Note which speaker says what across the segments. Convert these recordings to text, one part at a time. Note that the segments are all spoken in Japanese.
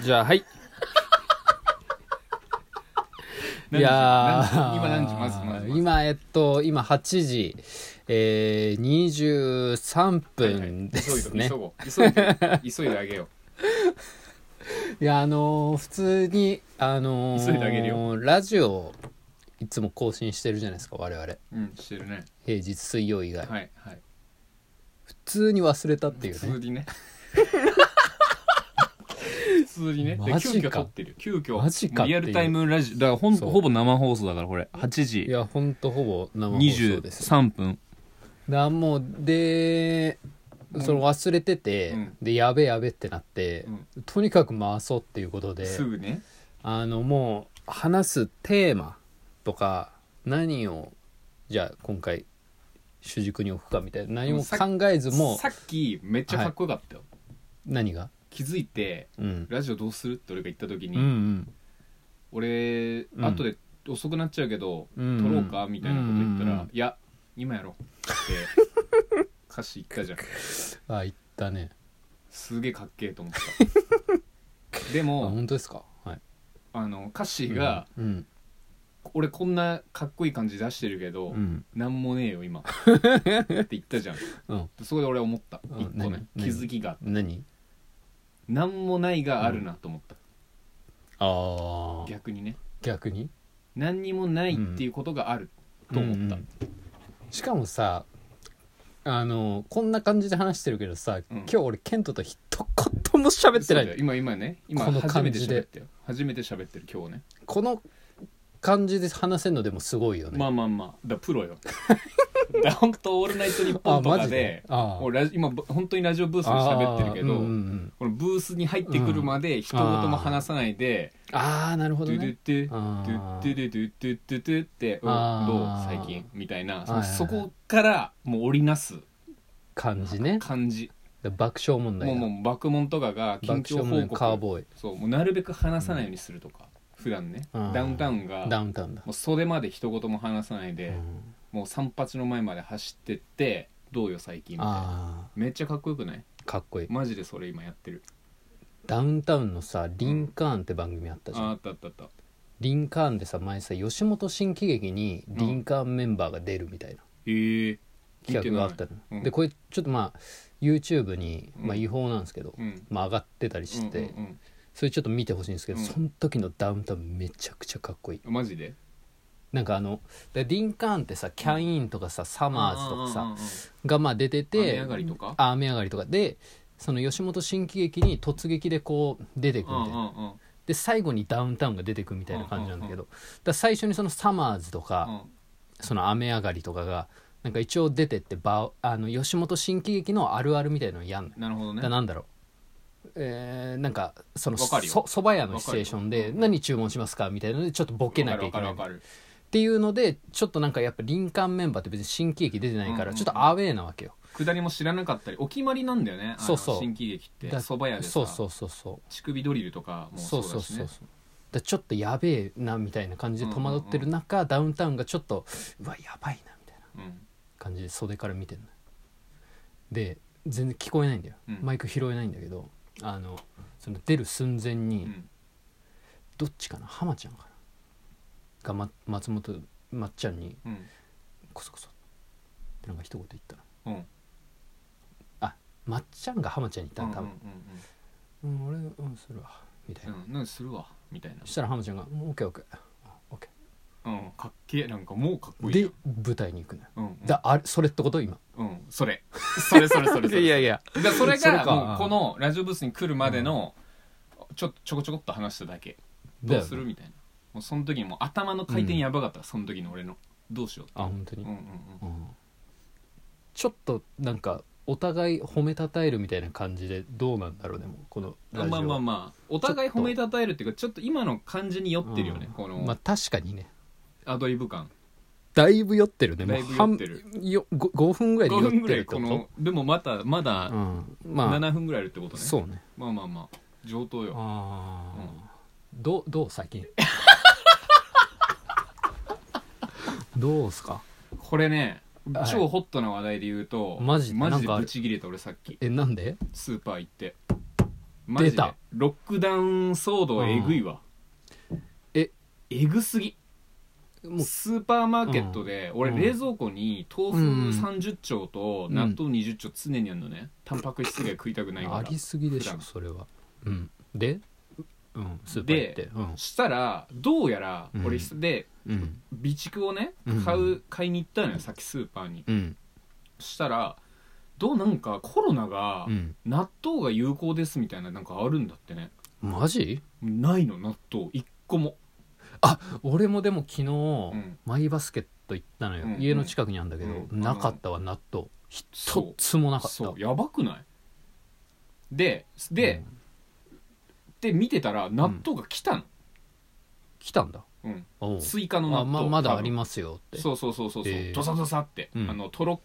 Speaker 1: じゃあ、はい。い
Speaker 2: 何時
Speaker 1: や
Speaker 2: 何
Speaker 1: ー
Speaker 2: 時今何時まずまずまず
Speaker 1: 今、えっと、今8時、えー、23
Speaker 2: はいはい
Speaker 1: 分ですね。
Speaker 2: 急ごう急ごう急いで急いであげよ
Speaker 1: いや、あのー普通に、あのー
Speaker 2: 急いであげるよ
Speaker 1: ラジオ、いつも更新してるじゃないですか、我々。
Speaker 2: ううんしてるね
Speaker 1: 平日水曜以外。
Speaker 2: はいはい
Speaker 1: 普通に忘れたってい
Speaker 2: 普通
Speaker 1: うね。
Speaker 2: に ね普通にねで
Speaker 1: マ
Speaker 2: 急
Speaker 1: ジか
Speaker 2: 遽撮ってる急遽
Speaker 1: マジかっ
Speaker 3: リ
Speaker 1: ていう
Speaker 3: アルタイムラジオだからほん
Speaker 1: そう
Speaker 3: ほぼ生放送だからこれ8
Speaker 1: い
Speaker 3: 時
Speaker 1: や、ほんとほぼ生放送です。
Speaker 3: 23分
Speaker 1: だもう、で、その忘れてて、
Speaker 2: うん
Speaker 1: で、やべやべってなって、とにかく回そうっていうことで、
Speaker 2: すぐね
Speaker 1: あのもう話すテーマとか何をじゃあ今回主軸に置くかみたいな何も考えずもう
Speaker 2: さっきめっちゃかっこよかったよ、
Speaker 1: 何が、
Speaker 2: 気づいて
Speaker 1: うん、
Speaker 2: ラジオどうするって俺が言った時
Speaker 1: う
Speaker 2: に、
Speaker 1: んうん
Speaker 2: 俺、
Speaker 1: うん
Speaker 2: 後で遅くなっちゃうけど、
Speaker 1: うん
Speaker 2: 撮ろうかみたいなこと言ったら、
Speaker 1: うんうん
Speaker 2: いや今やろうって歌詞言ったじゃん
Speaker 1: あ言ったね
Speaker 2: すげえかっけえと思ったで
Speaker 1: あ
Speaker 2: も
Speaker 1: 本当ですかはい
Speaker 2: あの歌詞が、
Speaker 1: うん
Speaker 2: 俺こんなかっこいい感じ出してるけど、
Speaker 1: うん
Speaker 2: なんもねえよ今って言ったじゃん
Speaker 1: うん
Speaker 2: そこで俺思った
Speaker 1: うん
Speaker 2: 一個ね
Speaker 1: 何
Speaker 2: 気づきが
Speaker 1: 何
Speaker 2: なんもないがあるなと思った、
Speaker 1: ああ
Speaker 2: 逆にね
Speaker 1: 逆に
Speaker 2: 何にもないっていうことがあると思った、
Speaker 1: うんうんしかもさあのこんな感じで話してるけどさ、今日俺ケントと一言も喋って
Speaker 2: そう
Speaker 1: な
Speaker 2: だ
Speaker 1: い
Speaker 2: よ今今ね今
Speaker 1: この
Speaker 2: 初め
Speaker 1: 感
Speaker 2: て
Speaker 1: じで
Speaker 2: 喋ったよ初めて喋ってる今日ね
Speaker 1: この感じで話せるのでもすごいよね、
Speaker 2: まあまあまあだからプロよ だから本当オールナイトニッポン」とかで
Speaker 1: あ
Speaker 2: 俺ラジ今ぶ本当にラジオブースで喋ってるけど、
Speaker 1: あー,、うんうんうん
Speaker 2: このブースに入ってくるまで一言も話さないで
Speaker 1: あーな
Speaker 2: 「
Speaker 1: るほ
Speaker 2: ド
Speaker 1: ど
Speaker 2: ゥド
Speaker 1: ね
Speaker 2: ゥドゥド
Speaker 1: あ
Speaker 2: ゥド
Speaker 1: ー
Speaker 2: ゥドゥドゥドゥドゥ」って「うん
Speaker 1: あー
Speaker 2: どう最近」みたいなその
Speaker 1: はいはいはい
Speaker 2: そこからもう織りなす
Speaker 1: 感じね
Speaker 2: 感じ
Speaker 1: で爆笑問題
Speaker 2: もう
Speaker 1: だ
Speaker 2: もう爆問とかが緊
Speaker 1: 爆
Speaker 2: 張
Speaker 1: 笑問題のカー
Speaker 2: 報告
Speaker 1: ボーイ
Speaker 2: そうもうなるべく話さないようにするとか普段ね
Speaker 1: うん
Speaker 2: ダウンタウンが
Speaker 1: ダウンタウンだ、
Speaker 2: もう袖まで一言も話さないで、
Speaker 1: うん
Speaker 2: もう散髪の前まで走ってってどうよ最近みたいな
Speaker 1: あ
Speaker 2: めっちゃかっこよくない
Speaker 1: ーかっこいい
Speaker 2: マジでそれ今やってる
Speaker 1: ダウンタウンのさ「リンカーン」って番組あったじゃん、
Speaker 2: ああったあったあった
Speaker 1: リンカーンでさ前さ吉本新喜劇にリンカーンメンバーが出るみたいな
Speaker 2: へえ
Speaker 1: 企画があったの、
Speaker 2: うん
Speaker 1: でこれちょっとまあ YouTube に、まあ、
Speaker 2: うん
Speaker 1: 違法なんですけど、
Speaker 2: うん
Speaker 1: まあ、上がってたりして、
Speaker 2: うんうん
Speaker 1: それちょっと見てほしいんですけど、
Speaker 2: うん
Speaker 1: その時のダウンタウンめちゃくちゃかっこいい
Speaker 2: うんマジで
Speaker 1: なんかあのでリンカーンってさキャインとかさサマーズとか
Speaker 2: うんうん
Speaker 1: さ
Speaker 2: うん
Speaker 1: がまあ出て
Speaker 2: 雨
Speaker 1: て
Speaker 2: 上がりとか
Speaker 1: あ雨上がりとかでその吉本新喜劇に突撃でこう出てくみたいな、
Speaker 2: うんうん
Speaker 1: で最後にダウンタウンが出てくみたいな感じなんだけど、だから最初にそのサマーズと
Speaker 2: う
Speaker 1: か、
Speaker 2: ん
Speaker 1: その雨上がりとかがなんか一応出てってばあの吉本新喜劇のあるあるみたいなのやんのよ
Speaker 2: なるほど
Speaker 1: だ
Speaker 2: ね
Speaker 1: なんだろうえーなんかその
Speaker 2: わかるよ
Speaker 1: そそば屋のシチュエーション
Speaker 2: わか
Speaker 1: で
Speaker 2: るよ
Speaker 1: 何注文しますかみたいなのでちょっとボケなきゃいけない
Speaker 2: わかるわかるわかる
Speaker 1: っていうのでちょっとなんかやっぱ林間メンバーって別に新喜劇出てないか
Speaker 2: うんうん
Speaker 1: ら
Speaker 2: うん
Speaker 1: ちょっとアウェーなわけよ、
Speaker 2: 下りも知らなかったりお決まりなんだよねあの
Speaker 1: そうそう
Speaker 2: 新喜劇って
Speaker 1: だ
Speaker 2: 蕎麦屋でさ
Speaker 1: そうそうそうそう
Speaker 2: 乳首ドリルとかも
Speaker 1: そ
Speaker 2: そううだ
Speaker 1: そうそう
Speaker 2: し
Speaker 1: そう
Speaker 2: ね
Speaker 1: だちょっとやべえなみたいな感じで戸惑ってる中、ダウンタウンがちょっとうわやばいなみたいな
Speaker 2: うん
Speaker 1: 感じで袖から見てるので全然聞こえないんだよ、
Speaker 2: うん
Speaker 1: マイク拾えないんだけどあのその出る寸前に、
Speaker 2: うん
Speaker 1: どっちかな浜ちゃんかなが、ま、松本まっちゃんに
Speaker 2: うん
Speaker 1: コソコソってなんか一言言ったの
Speaker 2: うん
Speaker 1: まっちゃんが浜ちゃんに言った
Speaker 2: う
Speaker 1: の
Speaker 2: んうん
Speaker 1: 多分、うん俺うんするわみたいな、
Speaker 2: うんうんなんかするわみたいな
Speaker 1: そしたら浜ちゃんが「うんオッケーオッケーあオッケ
Speaker 2: うんかっけえなんかもうかっこ
Speaker 1: ー」
Speaker 2: いいじゃ
Speaker 1: で
Speaker 2: ん
Speaker 1: 舞台に行くのよ
Speaker 2: うんうん
Speaker 1: だあれそれってこと今
Speaker 2: うんそれそれそれそれそれ
Speaker 1: いや
Speaker 2: だからそれ
Speaker 1: それ
Speaker 2: が
Speaker 1: か
Speaker 2: もうこのラジオブースに来るまでのちょちょこちょこっと話しただけどうするみたいなもうその時にもう頭の回転やばかった、その時の俺のどうしようって
Speaker 1: あ本当
Speaker 2: う
Speaker 1: に、
Speaker 2: んうんうん
Speaker 1: うんちょっとなんかお互い褒めたたえるみたいな感じでどうなんだろうでもこのラジオ
Speaker 2: まあまあまあお互い褒めたたえるっていうかちょっと今の感じに酔ってるよね、
Speaker 1: うん
Speaker 2: こ
Speaker 1: まあ
Speaker 2: の
Speaker 1: 確かにね
Speaker 2: アドリブ感
Speaker 1: だいぶ酔ってるね
Speaker 2: だいぶ酔ってる
Speaker 1: もう半よ 5, 分ぐらいで
Speaker 2: 5
Speaker 1: 酔
Speaker 2: 分
Speaker 1: っ
Speaker 2: ぐ
Speaker 1: て
Speaker 2: ら
Speaker 1: るっ
Speaker 2: い
Speaker 1: てこ
Speaker 2: ことのでもまたまだ
Speaker 1: うんまあ
Speaker 2: 7分ぐらいあるってことね、
Speaker 1: そうね
Speaker 2: まあまあまあ上等よ
Speaker 1: あ
Speaker 2: ー
Speaker 1: どうどう最 近どうすか
Speaker 2: これね
Speaker 1: はい
Speaker 2: 超ホットな話題で言うと、
Speaker 1: マジで
Speaker 2: マジで
Speaker 1: なんかある
Speaker 2: ブチ切れた俺さっき
Speaker 1: えなんで
Speaker 2: スーパー行ってマジ
Speaker 1: 出
Speaker 2: で
Speaker 1: た
Speaker 2: ロックダウン騒動えぐいわ
Speaker 1: え
Speaker 2: えぐすぎ
Speaker 1: もう
Speaker 2: スーパーマーケットで俺
Speaker 1: うん
Speaker 2: 冷蔵庫に豆腐
Speaker 1: うん
Speaker 2: 30丁と納豆20丁常にあるのねタンパク質が食いたくないか
Speaker 1: あ
Speaker 2: ら
Speaker 1: りすぎでし
Speaker 2: 普
Speaker 1: ょ
Speaker 2: 段
Speaker 1: それはうんでうんスーパー行ってうん
Speaker 2: したらどうやら
Speaker 1: うん
Speaker 2: 俺で
Speaker 1: うん
Speaker 2: 備蓄をね
Speaker 1: うん
Speaker 2: 買う買いに行ったのよさっきスーパーに
Speaker 1: うん
Speaker 2: したらどうなんかコロナが
Speaker 1: うん
Speaker 2: 納豆が有効ですみたいななんかあるんだってね
Speaker 1: マジ
Speaker 2: ないの納豆一個も
Speaker 1: 俺もでも昨日、
Speaker 2: ん
Speaker 1: マイバスケット行ったのよ、
Speaker 2: うん
Speaker 1: 家の近くにあるんだけど、
Speaker 2: うん
Speaker 1: なかったわ納豆一
Speaker 2: そ
Speaker 1: つもなか
Speaker 2: う
Speaker 1: った
Speaker 2: そうやばくないでで、
Speaker 1: うん
Speaker 2: で見てたら納豆が来たの、
Speaker 1: 来たんだ
Speaker 2: うん
Speaker 1: おう
Speaker 2: 追加の納
Speaker 1: あ
Speaker 2: 豆
Speaker 1: ままだあり
Speaker 2: ま
Speaker 1: ますよって
Speaker 2: そうそうそうそうそう、
Speaker 1: えー
Speaker 2: ドサドサって、
Speaker 1: うん
Speaker 2: あのとろ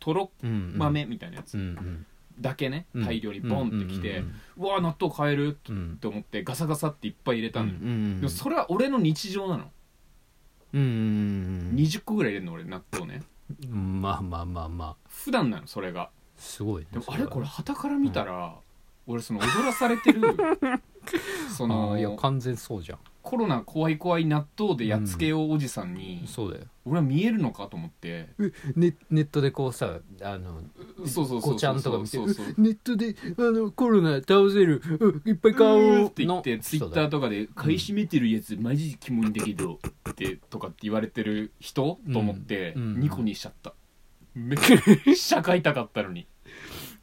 Speaker 2: とろ
Speaker 1: うんうん、
Speaker 2: 豆みたいなやつ
Speaker 1: うんうん
Speaker 2: だけね、
Speaker 1: うん
Speaker 2: 大量にボンってきて、
Speaker 1: う
Speaker 2: うんわー納豆買える
Speaker 1: うんうん
Speaker 2: と思ってガサガサっていっぱい入れた
Speaker 1: う
Speaker 2: の、
Speaker 1: んうん
Speaker 2: でもそれは俺の日常なの、
Speaker 1: うんうんうん
Speaker 2: 20個ぐらい入れるの俺納豆ね
Speaker 1: うんまあまあまあまあ
Speaker 2: 普段なのそれが
Speaker 1: すごいね
Speaker 2: でも
Speaker 1: そ
Speaker 2: あ
Speaker 1: は
Speaker 2: れこれ旗から見たら、俺その踊らされ てるそ
Speaker 1: あ
Speaker 2: の
Speaker 1: ーいや完全そうじゃん
Speaker 2: コロナ怖い怖い納豆でやっつけようおじさんに、
Speaker 1: そうだよ
Speaker 2: 俺は見えるのかと思って
Speaker 1: ネネットでこうさあの
Speaker 2: そうそうそ
Speaker 1: こ
Speaker 2: う
Speaker 1: ちゃ
Speaker 2: そうん
Speaker 1: と
Speaker 2: そうそ
Speaker 1: か見て
Speaker 2: うそう
Speaker 1: うネットであのコロナ倒せるうんいっぱい買おう
Speaker 2: って言って
Speaker 1: の
Speaker 2: ツイッターとかで「買い占めてるやつマジキモいんだけど」ってとかって言われてる人と思って
Speaker 1: うんうん
Speaker 2: ニコにしちゃっためっちゃ社会高かったのに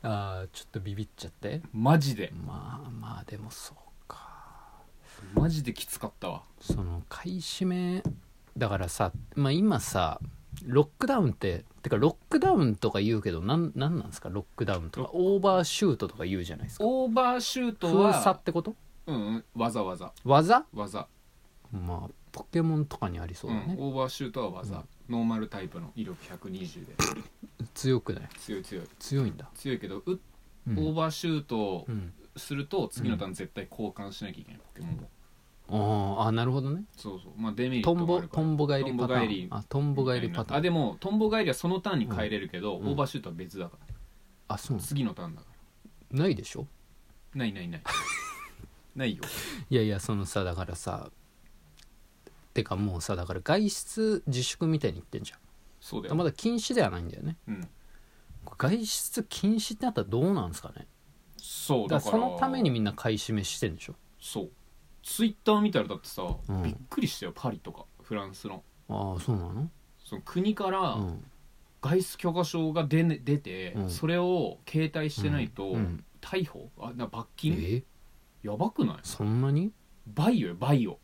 Speaker 1: あーちょっとビビっちゃって
Speaker 2: マジで
Speaker 1: まあまあでもそうか
Speaker 2: マジできつかったわ
Speaker 1: その買い占めだからさ、まあ、今さロックダウンっててかロックダウンとか言うけどなんなんなんですかロックダウンとかオーバーシュートとか言うじゃないですか
Speaker 2: オーバーシュート
Speaker 1: 封鎖
Speaker 2: は
Speaker 1: ってこと
Speaker 2: うんうんわざわざ
Speaker 1: 技
Speaker 2: 技
Speaker 1: まあポケモンとかにありそううだ
Speaker 2: ん
Speaker 1: ね、
Speaker 2: オーバーシュートは技ノーマルタイプの威力120で
Speaker 1: 強くない
Speaker 2: 強い強い
Speaker 1: 強いんだ、
Speaker 2: 強いけどう
Speaker 1: う
Speaker 2: オー
Speaker 1: ん
Speaker 2: バーシュートを
Speaker 1: うん、
Speaker 2: すると次のターン絶対交換しなきゃいけないポケモンを
Speaker 1: ああなるほどね
Speaker 2: そうそうまあデメリット
Speaker 1: トン
Speaker 2: もあ
Speaker 1: ボ
Speaker 2: るか
Speaker 1: ト
Speaker 2: ら
Speaker 1: ンボ返りパターン
Speaker 2: トンボ返り
Speaker 1: あトンボ返りパターン
Speaker 2: あでもトンボ帰りはそのターンに帰れるけど、
Speaker 1: うん
Speaker 2: オーバーシュートは別だから、
Speaker 1: あそう
Speaker 2: 次のターンだか
Speaker 1: ないでしょ
Speaker 2: らない ないないないよ
Speaker 1: いやいやそのさだからさてかもうさだから外出自粛みたいに言ってんじゃん
Speaker 2: そうだ
Speaker 1: あ
Speaker 2: よ、
Speaker 1: まだ禁止ではないんだよね
Speaker 2: うん、
Speaker 1: 外出禁止ってなったらどうなんですかね
Speaker 2: そう
Speaker 1: だ
Speaker 2: だ
Speaker 1: か
Speaker 2: からら
Speaker 1: そのためにみんな買い占めしてんでしょ
Speaker 2: そうツイッター見たらだってさ、
Speaker 1: うん
Speaker 2: びっくりしたよパリとかフランスの
Speaker 1: ああそうなの
Speaker 2: その国から
Speaker 1: うん
Speaker 2: 外出許可証が出,、ね、出て、
Speaker 1: うん
Speaker 2: それを携帯してないと、
Speaker 1: うん
Speaker 2: 逮捕あな罰金
Speaker 1: え
Speaker 2: やばくない
Speaker 1: そんなに
Speaker 2: バイオよバイオ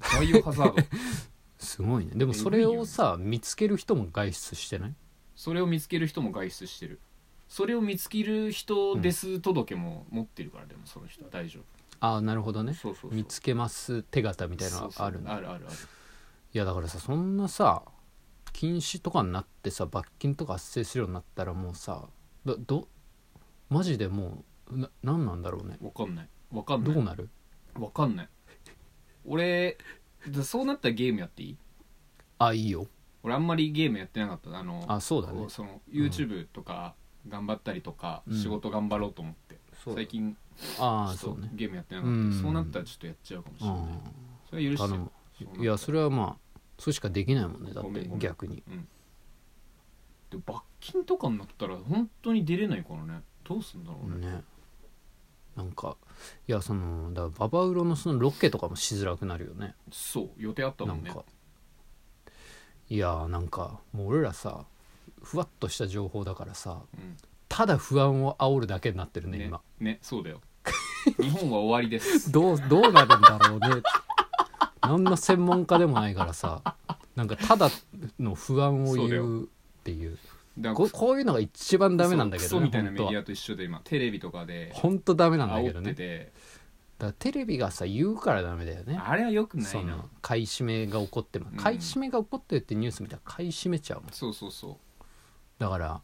Speaker 2: バイオハザード
Speaker 1: すごいねでもそれをさ見つける人も外出してない
Speaker 2: それを見つける人も外出してるそれを見つける人です届けも持ってるからでもその人は大丈
Speaker 1: ああなるほど
Speaker 2: 夫
Speaker 1: ね
Speaker 2: そうそうそう
Speaker 1: 見つけます手形みたいな
Speaker 2: そ
Speaker 1: の
Speaker 2: うそう
Speaker 1: あるんだ
Speaker 2: あるあるある
Speaker 1: いやだからさそんなさ禁止とかになってさ罰金とか発生するようになったらもうさどどマジでもうな何なんだろうね
Speaker 2: わかんないわかん
Speaker 1: ど
Speaker 2: な
Speaker 1: う
Speaker 2: い
Speaker 1: なる
Speaker 2: わかんない俺でそうなったらゲームやっていい
Speaker 1: あいいよ
Speaker 2: 俺あんまりゲームやってなかったあの
Speaker 1: あそうだね
Speaker 2: その YouTube とか頑張ったりとか、
Speaker 1: うん
Speaker 2: 仕事頑張ろうと思って、
Speaker 1: そうだ
Speaker 2: 最近
Speaker 1: ああ
Speaker 2: ちょっ
Speaker 1: そう
Speaker 2: と
Speaker 1: ね
Speaker 2: ゲームやってなかった、
Speaker 1: うん
Speaker 2: そうなったらちょっとやっちゃうかもしれない、
Speaker 1: あ
Speaker 2: それは許
Speaker 1: あ
Speaker 2: して
Speaker 1: 頼
Speaker 2: よ
Speaker 1: むいやそれはまあそれしかできないもんねだっ
Speaker 2: ごめん
Speaker 1: て
Speaker 2: ごめん
Speaker 1: 逆に
Speaker 2: で罰金とかになったら本当に出れないからねどうすんだろうね、
Speaker 1: ねなんかいやそのだからババウロのそのロケとかもしづらくなるよね
Speaker 2: そう予定あった
Speaker 1: な
Speaker 2: も
Speaker 1: ん
Speaker 2: んね
Speaker 1: かいやーなんかもう俺らさふわっとした情報だからさ
Speaker 2: うん
Speaker 1: ただ不安を煽るだけになってるね
Speaker 2: ね
Speaker 1: 今
Speaker 2: ねそうだよ日本は終わりです
Speaker 1: どうどうなるんだろうね 何の専門家でもないからさなんかただの不安を
Speaker 2: そうだ
Speaker 1: 言
Speaker 2: よ
Speaker 1: うっていう
Speaker 2: だ
Speaker 1: ここういうのが一番ダメなんだけ
Speaker 2: クソ
Speaker 1: どね
Speaker 2: みたいな
Speaker 1: 本
Speaker 2: メ
Speaker 1: 当
Speaker 2: デ
Speaker 1: は
Speaker 2: ィアと一緒で今テレビとかで
Speaker 1: 本当ダメなんだけ
Speaker 2: 煽
Speaker 1: ど
Speaker 2: って
Speaker 1: ね
Speaker 2: て
Speaker 1: だからテレビがさ言うからダメだよね
Speaker 2: あれはよくな
Speaker 1: そ
Speaker 2: いな
Speaker 1: の買い占めが起こってま
Speaker 2: うん
Speaker 1: 買い占めが起こってるってニュース見たら買い占めちゃうもん
Speaker 2: そうそうそ
Speaker 1: だから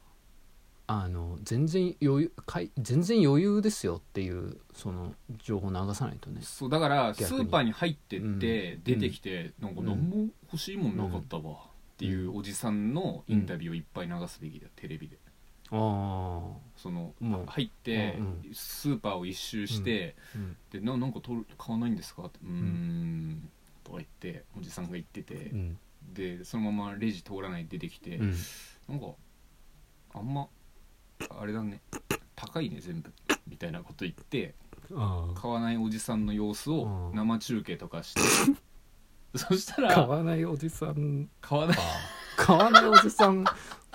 Speaker 1: あの全然余裕買い全然余裕ですよっていうその情報流さないとね
Speaker 2: うそうだからス
Speaker 1: 逆に
Speaker 2: ーパーに入ってっ
Speaker 1: うん
Speaker 2: て出てきてなんか
Speaker 1: うん
Speaker 2: 何も欲しいもんなかったわっていうおじさんのインタビューをいっぱい流すべきだよテレビで
Speaker 1: ああ
Speaker 2: その
Speaker 1: も
Speaker 2: 入って
Speaker 1: うんう
Speaker 2: スーパーを一周して、
Speaker 1: う、うん
Speaker 2: でななんか取る買わないんですかってうーん、とか言っておじさんが言ってて、
Speaker 1: うん
Speaker 2: でそのままレジ通らないで出てきて、
Speaker 1: うん、
Speaker 2: なんかあんまあれだね高いね全部みたいなこと言って
Speaker 1: ああ
Speaker 2: 買わないおじさんの様子を
Speaker 1: うん
Speaker 2: 生中継とか して、そした
Speaker 1: 買
Speaker 2: ら
Speaker 1: わないおじさん
Speaker 2: 買わない
Speaker 1: 買わないおじさん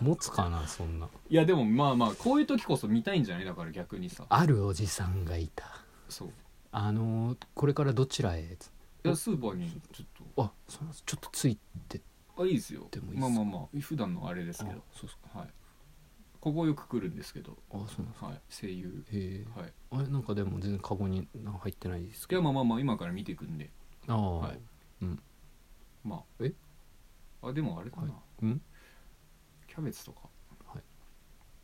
Speaker 1: 持つかなそんない
Speaker 2: やでもまあまあこういう時こそ見たいんじゃないだから逆にさ
Speaker 1: あるおじさんがいた
Speaker 2: そう
Speaker 1: あのーこれからどちらへ
Speaker 2: いやスーパーにちょっ
Speaker 1: あそうなんですちょっとついて
Speaker 2: とあいいですよ
Speaker 1: でもいいっす
Speaker 2: まあまあまあ普段のあれです
Speaker 1: あ
Speaker 2: けど
Speaker 1: そうっすか
Speaker 2: はいここよく来るんですけど
Speaker 1: あそうなんです
Speaker 2: はい声優
Speaker 1: へえ
Speaker 2: はい
Speaker 1: あれなんかでも全然カゴになんか入ってないです
Speaker 2: い
Speaker 1: け
Speaker 2: や
Speaker 1: ど
Speaker 2: まあまあまあ今から見ていくんで
Speaker 1: ああ、
Speaker 2: はいまあ
Speaker 1: え
Speaker 2: あでもあれかな、
Speaker 1: はいうん
Speaker 2: キャベツとか
Speaker 1: はい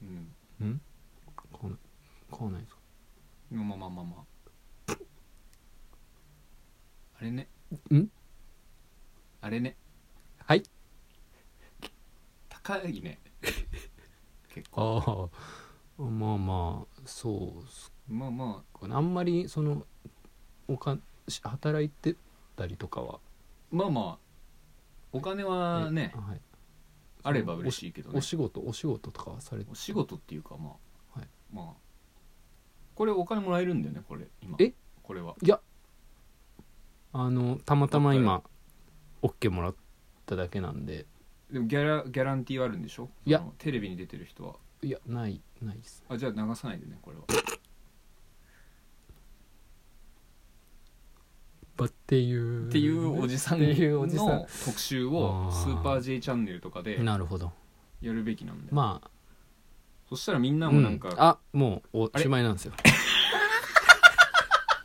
Speaker 2: うん
Speaker 1: うん買わない買わないですか
Speaker 2: まあまあまあまああれね
Speaker 1: ん
Speaker 2: あれね
Speaker 1: はい
Speaker 2: 高いね結構
Speaker 1: ああまあまあそうっす
Speaker 2: まあまあ
Speaker 1: かねあんまりそのおかし働いてたりとかは
Speaker 2: まあまあお金はね
Speaker 1: はい、
Speaker 2: あれば嬉しいけどね
Speaker 1: お仕事お仕事とかはされて
Speaker 2: お仕事っていうかまあ、
Speaker 1: はい
Speaker 2: まあこれお金もらえるんだよねこれ今
Speaker 1: え
Speaker 2: これはい
Speaker 1: やあのたまたま今 OK もらっただけなんで
Speaker 2: でもギャラギャランティーはあるんでしょ
Speaker 1: いや
Speaker 2: そのテレビに出てる人はい
Speaker 1: やないないです
Speaker 2: あじゃあ流さないでねこれは
Speaker 1: ばっていう
Speaker 2: っていうおじさん
Speaker 1: っていうおじさん
Speaker 2: の特集を
Speaker 1: あー
Speaker 2: スーパー J チャンネルとかで
Speaker 1: なるほど
Speaker 2: やるべきなんだよ
Speaker 1: まあ
Speaker 2: そしたらみんなもなん
Speaker 1: う
Speaker 2: か
Speaker 1: あもうおしまいなんですよ